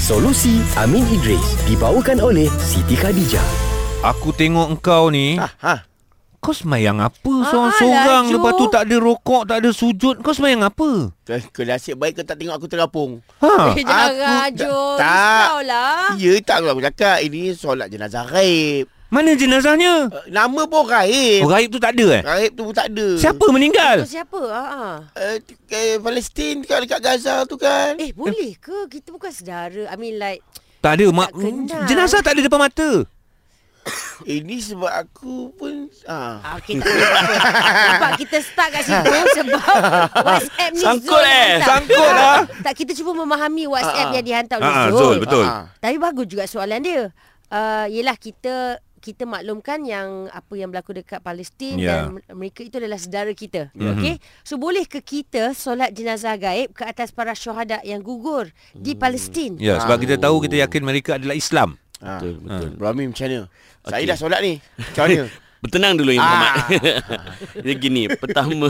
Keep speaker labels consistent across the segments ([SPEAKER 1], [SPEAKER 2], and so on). [SPEAKER 1] Solusi Amin Idris dibawakan oleh Siti Khadijah.
[SPEAKER 2] Aku tengok engkau ni
[SPEAKER 3] Ah, ah.
[SPEAKER 2] Kau semayang apa
[SPEAKER 4] Ah,
[SPEAKER 2] Seorang-seorang
[SPEAKER 4] laju.
[SPEAKER 2] Lepas tu tak ada rokok Tak ada sujud Kau semayang apa
[SPEAKER 3] Kau nasib baik kau tak tengok aku terapung.
[SPEAKER 2] Ha
[SPEAKER 4] Eh, jangan
[SPEAKER 3] aku-
[SPEAKER 4] rajun.
[SPEAKER 3] tak.
[SPEAKER 4] Risau lah.
[SPEAKER 3] Ya, tak kalau aku cakap. Ini solat jenazah raib.
[SPEAKER 2] Mana jenazahnya
[SPEAKER 3] Uh, Nama pun raib.
[SPEAKER 2] Oh raib tu tak ada eh
[SPEAKER 3] Raib tu pun tak ada.
[SPEAKER 2] Siapa meninggal
[SPEAKER 4] Tu siapa? Ha, ha.
[SPEAKER 3] Uh, eh, Palestin dekat, dekat Gaza tu kan.
[SPEAKER 4] Eh, boleh ke? Kita bukan saudara. I mean like,
[SPEAKER 2] Tak ada mak
[SPEAKER 4] Tak kenal.
[SPEAKER 2] Jenazah tak ada depan mata
[SPEAKER 3] Ini sebab aku pun... Ah.
[SPEAKER 4] ah, kita nampak kita start kat situ sebab WhatsApp ni
[SPEAKER 2] Sangkut,
[SPEAKER 4] Zul
[SPEAKER 2] eh.
[SPEAKER 4] hantar. Ha,
[SPEAKER 2] Sangkut, ah.
[SPEAKER 4] Tak, kita cuba memahami
[SPEAKER 3] Ah,
[SPEAKER 4] WhatsApp
[SPEAKER 3] ah.
[SPEAKER 4] yang dihantar oleh
[SPEAKER 2] Ah, ah,
[SPEAKER 4] Zul.
[SPEAKER 2] Zul, betul.
[SPEAKER 3] Ah,
[SPEAKER 4] Tapi bagus juga soalan dia. Uh, yelah kita kita maklumkan yang apa yang berlaku dekat Palestin
[SPEAKER 2] Ya.
[SPEAKER 4] yeah. dan mereka itu adalah saudara kita.
[SPEAKER 5] Mhm.
[SPEAKER 4] Yeah. Okey. So boleh ke kita solat jenazah gaib ke atas para syuhada yang gugur di
[SPEAKER 5] Hmm.
[SPEAKER 4] Palestin?
[SPEAKER 2] Ya sebab kita tahu Kita yakin mereka adalah Islam
[SPEAKER 3] ah.
[SPEAKER 5] Betul, betul.
[SPEAKER 3] Bro Amin macam mana? Okay. Saya
[SPEAKER 5] Okey.
[SPEAKER 3] dah solat ni. Macam mana?
[SPEAKER 5] Bertenang dulu yang
[SPEAKER 3] Ah.
[SPEAKER 5] Muhammad. Dia gini, pertama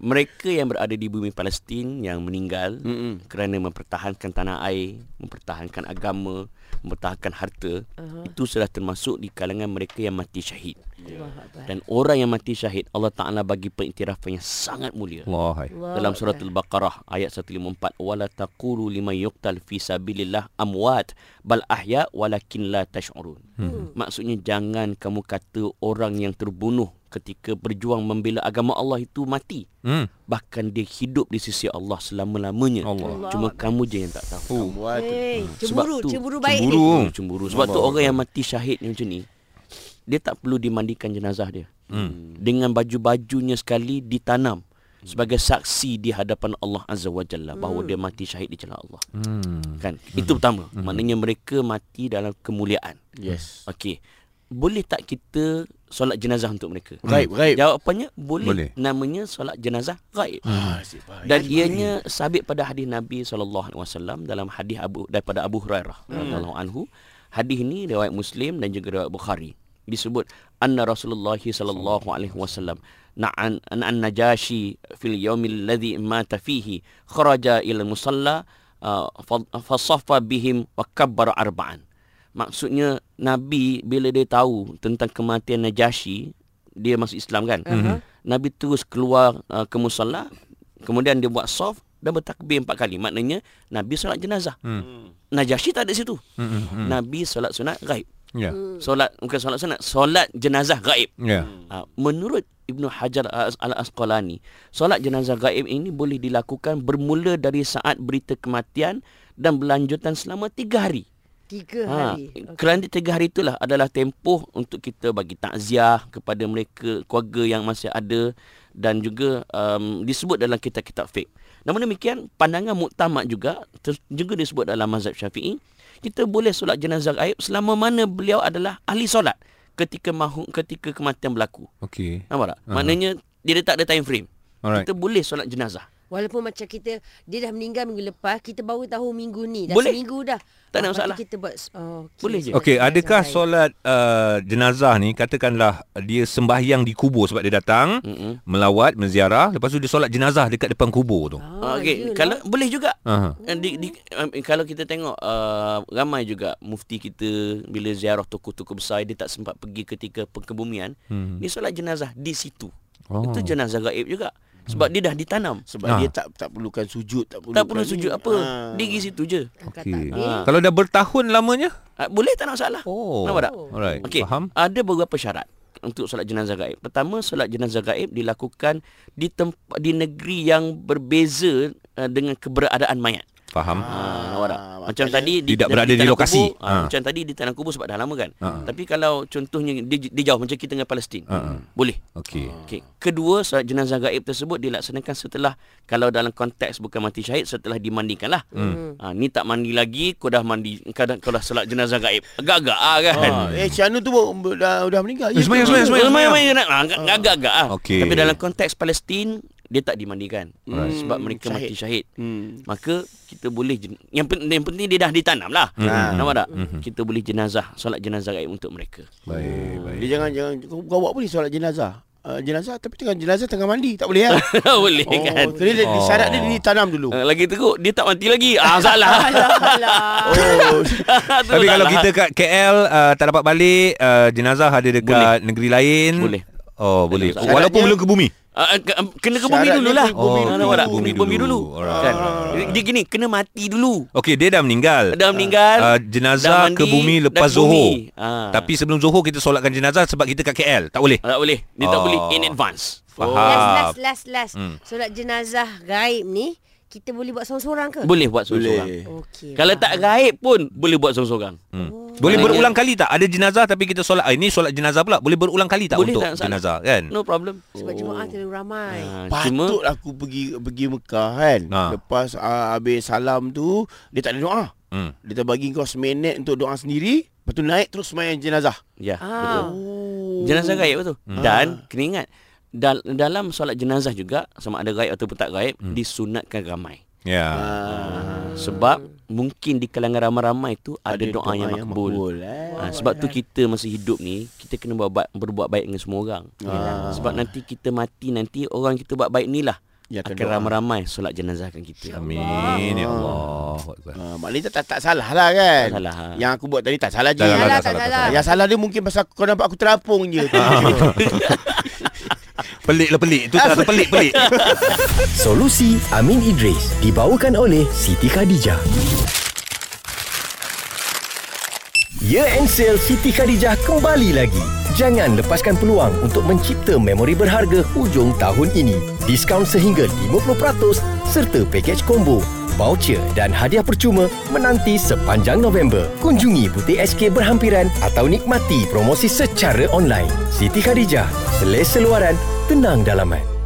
[SPEAKER 5] mereka yang berada di bumi Palestin yang meninggal
[SPEAKER 3] Mm-mm.
[SPEAKER 5] kerana mempertahankan tanah air, mempertahankan agama, mempertahankan harta,
[SPEAKER 4] Uh-huh.
[SPEAKER 5] itu sudah termasuk di kalangan mereka yang mati syahid.
[SPEAKER 4] Allah Akbar.
[SPEAKER 5] Dan orang yang mati syahid, Allah Taala bagi pengiktirafan yang sangat mulia.
[SPEAKER 2] Allah hai.
[SPEAKER 4] Allah
[SPEAKER 5] Dalam surah
[SPEAKER 4] Akbar.
[SPEAKER 5] Al-Baqarah ayat 154 wala taqulu liman yuqtal fi sabilillah amwat bal ahya walakin la tash'urun.
[SPEAKER 4] Hmm.
[SPEAKER 5] Maksudnya jangan kamu kata orang yang terbunuh ketika berjuang membela agama Allah itu mati.
[SPEAKER 2] Hmm
[SPEAKER 5] Bahkan dia hidup di sisi Allah selama-lamanya.
[SPEAKER 2] Allah
[SPEAKER 4] Allah
[SPEAKER 5] Cuma
[SPEAKER 4] Akbar.
[SPEAKER 5] kamu je yang tak tahu.
[SPEAKER 2] Oh.
[SPEAKER 3] Buat tu.
[SPEAKER 4] Hey,
[SPEAKER 5] Hmm. Sebab
[SPEAKER 4] cemburu,
[SPEAKER 5] tu,
[SPEAKER 4] cemburu baik
[SPEAKER 2] cemburu.
[SPEAKER 4] ni.
[SPEAKER 2] Oh.
[SPEAKER 5] Cemburu. Sebab tu orang yang mati syahid ni macam ni, dia tak perlu dimandikan jenazah dia.
[SPEAKER 2] Hmm.
[SPEAKER 5] Dengan baju-bajunya sekali ditanam sebagai saksi di hadapan Allah Azza wa Jalla bahawa dia mati syahid di jalan Allah.
[SPEAKER 2] Hmm
[SPEAKER 5] Kan? Itu pertama. Maknanya mereka mati dalam kemuliaan.
[SPEAKER 3] Yes.
[SPEAKER 5] Okey. Boleh tak kita solat jenazah untuk mereka?
[SPEAKER 3] Raib, raib.
[SPEAKER 5] Jawapannya boleh.
[SPEAKER 2] Boleh.
[SPEAKER 5] Namanya solat jenazah gaib.
[SPEAKER 3] Ah, nasib baik.
[SPEAKER 5] Dan ianya sabit pada hadis Nabi sallallahu alaihi wasallam dalam hadis Abu daripada Abu Hurairah
[SPEAKER 3] Hmm.
[SPEAKER 5] radhiyallahu anhu. Hadis ini riwayat Muslim dan juga riwayat Bukhari. Disebut anna Rasulullah sallallahu alaihi wasallam na'an an najashi fil yaumil ladzi mata fihi kharaja ila musalla uh, fa- fasaffa bihim wa kabbara arba'an. Maksudnya Nabi bila dia tahu tentang kematian Najasyi, dia masuk Islam kan?
[SPEAKER 3] Hmm.
[SPEAKER 4] Mhm.
[SPEAKER 5] Nabi terus keluar uh, ke musalla, kemudian dia buat soft dan bertakbir empat kali. Maknanya Nabi solat jenazah.
[SPEAKER 2] Hmm.
[SPEAKER 5] Najasyi tak ada situ.
[SPEAKER 2] Hmm, hmm, hmm.
[SPEAKER 5] Nabi solat sunat gaib.
[SPEAKER 2] Ya
[SPEAKER 5] Solat bukan solat sunat, solat jenazah gaib.
[SPEAKER 2] Ya
[SPEAKER 5] Uh, menurut Ibnu Hajar Al- Al-Asqalani, solat jenazah gaib ini boleh dilakukan bermula dari saat berita kematian dan berlanjutan selama tiga hari.
[SPEAKER 4] Tiga
[SPEAKER 5] Ha,
[SPEAKER 4] hari.
[SPEAKER 5] kerana tiga hari itulah adalah tempoh untuk kita bagi takziah kepada mereka keluarga yang masih ada dan juga um, disebut dalam kitab-kitab fiqh. Namun demikian pandangan muktamad juga ter- juga disebut dalam mazhab Syafi'i kita boleh solat jenazah gaib selama mana beliau adalah ahli solat ketika mahu ketika kematian berlaku.
[SPEAKER 2] Okey
[SPEAKER 5] Nampak tak?
[SPEAKER 2] Aha.
[SPEAKER 5] Maknanya dia tak ada time frame.
[SPEAKER 2] Alright
[SPEAKER 5] Kita boleh solat jenazah.
[SPEAKER 4] Walaupun macam kita dia dah meninggal minggu lepas, kita baru tahu minggu ni. Dah
[SPEAKER 5] Boleh.
[SPEAKER 4] seminggu dah. Ah,
[SPEAKER 5] Tak ada
[SPEAKER 4] lepas tu
[SPEAKER 5] masalah.
[SPEAKER 4] Kita buat oh, okay.
[SPEAKER 5] Boleh je.
[SPEAKER 2] Okey, adakah solat
[SPEAKER 4] solat
[SPEAKER 2] uh, jenazah ni katakanlah dia sembahyang di kubur sebab dia datang
[SPEAKER 5] Mm-mm.
[SPEAKER 2] melawat, menziarah, lepas tu dia solat jenazah dekat depan kubur tu.
[SPEAKER 4] Ah,
[SPEAKER 5] Okey,
[SPEAKER 4] yelah.
[SPEAKER 5] kalau boleh juga.
[SPEAKER 2] Aha.
[SPEAKER 5] Eh, Di, di, um, kalau kita tengok uh, ramai juga mufti kita bila ziarah tokoh-tokoh besar dia tak sempat pergi ketika pengkebumian
[SPEAKER 2] Hmm.
[SPEAKER 5] dia solat jenazah di situ
[SPEAKER 2] Oh. Hmm.
[SPEAKER 5] itu jenazah gaib juga sebab dia dah ditanam
[SPEAKER 3] Sebab
[SPEAKER 2] Ah.
[SPEAKER 3] dia tak tak perlukan sujud. Tak, perlukan
[SPEAKER 5] tak perlu
[SPEAKER 3] ni.
[SPEAKER 5] sujud apa
[SPEAKER 3] Ah.
[SPEAKER 5] dia pergi situ je
[SPEAKER 4] Angkat
[SPEAKER 2] Okey.
[SPEAKER 4] takbir.
[SPEAKER 5] Ah.
[SPEAKER 2] Kalau dah bertahun lamanya?
[SPEAKER 5] uh, boleh tak nak salah
[SPEAKER 2] Oh.
[SPEAKER 5] Nampak tak?
[SPEAKER 2] Alright.
[SPEAKER 5] Okey,
[SPEAKER 2] Faham?
[SPEAKER 5] ada beberapa syarat untuk solat jenazah gaib. Pertama, solat jenazah gaib dilakukan di tempat di negeri yang berbeza uh, dengan keberadaan mayat.
[SPEAKER 2] Faham.
[SPEAKER 3] Ah,
[SPEAKER 5] Ha, nampak tak? Macam
[SPEAKER 3] maknanya-
[SPEAKER 5] tadi
[SPEAKER 2] Tidak berada di
[SPEAKER 5] tanah
[SPEAKER 2] lokasi.
[SPEAKER 5] Kubur, ha.
[SPEAKER 2] Ha.
[SPEAKER 5] Macam tadi di tanah kubur sebab dah lama kan.
[SPEAKER 2] Ha.
[SPEAKER 5] Tapi kalau contohnya dia, dia jauh macam kita dengan Palestin.
[SPEAKER 2] Ha, ha.
[SPEAKER 5] Boleh.
[SPEAKER 2] Okey.
[SPEAKER 5] Okey. Kedua, solat jenazah gaib tersebut dilaksanakan setelah kalau dalam konteks bukan mati syahid setelah dimandikan lah. Hmm. Ha, ni tak mandi lagi, kau dah mandi, kau dah, kau dah solat jenazah gaib. Agak-agak ah, kan.
[SPEAKER 3] Ah, eh, Cianu tu bu- dah, dah meninggal. Ya
[SPEAKER 2] Eh, semayang,
[SPEAKER 3] tu.
[SPEAKER 2] semayang,
[SPEAKER 5] Semayang semayang semayang nak agak-agak ah.
[SPEAKER 2] Okey.
[SPEAKER 5] Tapi dalam konteks Palestin dia tak dimandikan
[SPEAKER 3] Alright.
[SPEAKER 5] Hmm, sebab mereka mati syahid.
[SPEAKER 3] Hmm.
[SPEAKER 5] Maka kita boleh jen- yang, pen- yang penting dia dah ditanam lah.
[SPEAKER 2] Hmm.
[SPEAKER 5] Nampak tak? Kita boleh jenazah solat jenazah gaib untuk mereka.
[SPEAKER 2] Baik, baik.
[SPEAKER 3] Dia jangan jangan kau, kau awak boleh solat jenazah. uh, jenazah tapi tengah jenazah tengah mandi tak boleh lah.
[SPEAKER 5] Boleh
[SPEAKER 3] oh,
[SPEAKER 5] kan
[SPEAKER 3] Jadi dia- dia syarat dia
[SPEAKER 2] Oh.
[SPEAKER 3] ditanam dulu.
[SPEAKER 5] Ah, Lagi teruk Dia tak mati lagi Ah salah
[SPEAKER 4] Alah,
[SPEAKER 5] Ah.
[SPEAKER 4] alah.
[SPEAKER 3] Oh,
[SPEAKER 2] Tapi kalau
[SPEAKER 5] Lah?
[SPEAKER 2] kita kat KL uh, tak dapat balik, uh, jenazah ada dekat boleh. negeri lain.
[SPEAKER 5] Boleh.
[SPEAKER 2] Oh, boleh.
[SPEAKER 5] Syaratnya-
[SPEAKER 2] Walaupun belum ke bumi.
[SPEAKER 5] Ah, ke- um, Kena ke bumi
[SPEAKER 3] Syarat
[SPEAKER 5] dulu
[SPEAKER 3] dia
[SPEAKER 5] lah
[SPEAKER 3] kena Bumi
[SPEAKER 2] oh,
[SPEAKER 3] dulu.
[SPEAKER 5] Nampak tak?
[SPEAKER 2] ke bumi dulu. Ah.
[SPEAKER 5] Bumi dulu
[SPEAKER 2] Alright.
[SPEAKER 5] Kan? Dia gini Kena mati dulu
[SPEAKER 2] Okey, dia dah meninggal.
[SPEAKER 5] Dah meninggal
[SPEAKER 2] Uh, jenazah
[SPEAKER 5] dah mandi,
[SPEAKER 2] ke bumi lepas
[SPEAKER 5] dah ke bumi.
[SPEAKER 2] Zuhur.
[SPEAKER 5] Ah.
[SPEAKER 2] Tapi sebelum Zuhur kita solatkan jenazah sebab kita kat KL. Tak boleh.
[SPEAKER 5] Tak boleh Dia tak
[SPEAKER 2] Oh.
[SPEAKER 5] boleh in advance
[SPEAKER 4] Oh, Last,
[SPEAKER 5] Ah.
[SPEAKER 2] Faham.
[SPEAKER 4] last, last, last.
[SPEAKER 2] Hmm.
[SPEAKER 4] Solat jenazah gaib ni, kita boleh buat seorang-seorang ke?
[SPEAKER 5] Boleh buat seorang-seorang
[SPEAKER 3] boleh.
[SPEAKER 4] Okey. faham.
[SPEAKER 5] Kalau
[SPEAKER 4] Oh.
[SPEAKER 5] tak gaib pun Boleh buat seorang-seorang
[SPEAKER 2] Hmm. Boleh
[SPEAKER 5] Ah,
[SPEAKER 2] berulang kali tak? Ada jenazah tapi kita solat. Ah, ini solat jenazah pula. Boleh berulang kali tak
[SPEAKER 5] Boleh
[SPEAKER 2] untuk
[SPEAKER 5] tak, Ustaz?
[SPEAKER 2] jenazah kan?
[SPEAKER 5] No problem
[SPEAKER 4] Sebab Jumaat terlalu ramai.
[SPEAKER 5] Ah, Cuma
[SPEAKER 3] Patut aku pergi pergi Mekah kan.
[SPEAKER 2] Ha.
[SPEAKER 3] Ha. Lepas uh, habis salam tu dia tak ada doa.
[SPEAKER 2] Hmm.
[SPEAKER 3] Dia tak bagi kau seminit untuk doa sendiri. Lepas tu naik terus main jenazah.
[SPEAKER 5] Ya
[SPEAKER 4] Ah.
[SPEAKER 5] betul
[SPEAKER 3] Oh.
[SPEAKER 5] Jenazah kan? gaib betul Dan kena ingat dal- Dalam solat jenazah juga Sama ada gaib ataupun tak gaib Disunatkan ramai
[SPEAKER 2] Ya.
[SPEAKER 3] Oh.
[SPEAKER 2] Yeah.
[SPEAKER 5] Ah, Sebab mungkin di kalangan ramai-ramai tu ada, doa, yang makbul.
[SPEAKER 3] eh.
[SPEAKER 5] Ha, sebab tu kita masa hidup ni kita kena berbuat berbuat baik dengan semua orang.
[SPEAKER 2] Ah,
[SPEAKER 5] Ha. Sebab nanti kita mati nanti orang kita buat baik ni lah
[SPEAKER 3] Ya, akan
[SPEAKER 5] akan
[SPEAKER 3] doa.
[SPEAKER 5] ramai-ramai solat jenazahkan kita.
[SPEAKER 2] Amin ya Allah.
[SPEAKER 3] Ha, maknanya tak, tak, tak salah lah kan
[SPEAKER 5] Tak salah, ha.
[SPEAKER 3] Yang aku buat tadi tak salah je
[SPEAKER 2] Tak salah, Ah.
[SPEAKER 4] Salah,
[SPEAKER 2] tak salah, tak
[SPEAKER 4] salah.
[SPEAKER 3] Yang salah dia mungkin pasal kau nampak aku terapung je
[SPEAKER 2] Pelik lah pelik. Itu tak pelik-pelik.
[SPEAKER 1] Solusi Amin Idris dibawakan oleh Siti Khadijah. Year End Ya Sale Siti Khadijah kembali lagi. Jangan lepaskan peluang untuk mencipta memori berharga hujung tahun ini. Diskaun sehingga 50% serta pakej combo, voucher dan hadiah percuma menanti sepanjang November. Kunjungi butik SK berhampiran atau nikmati promosi secara online. Siti Khadijah, selesa luaran, tenang dalaman.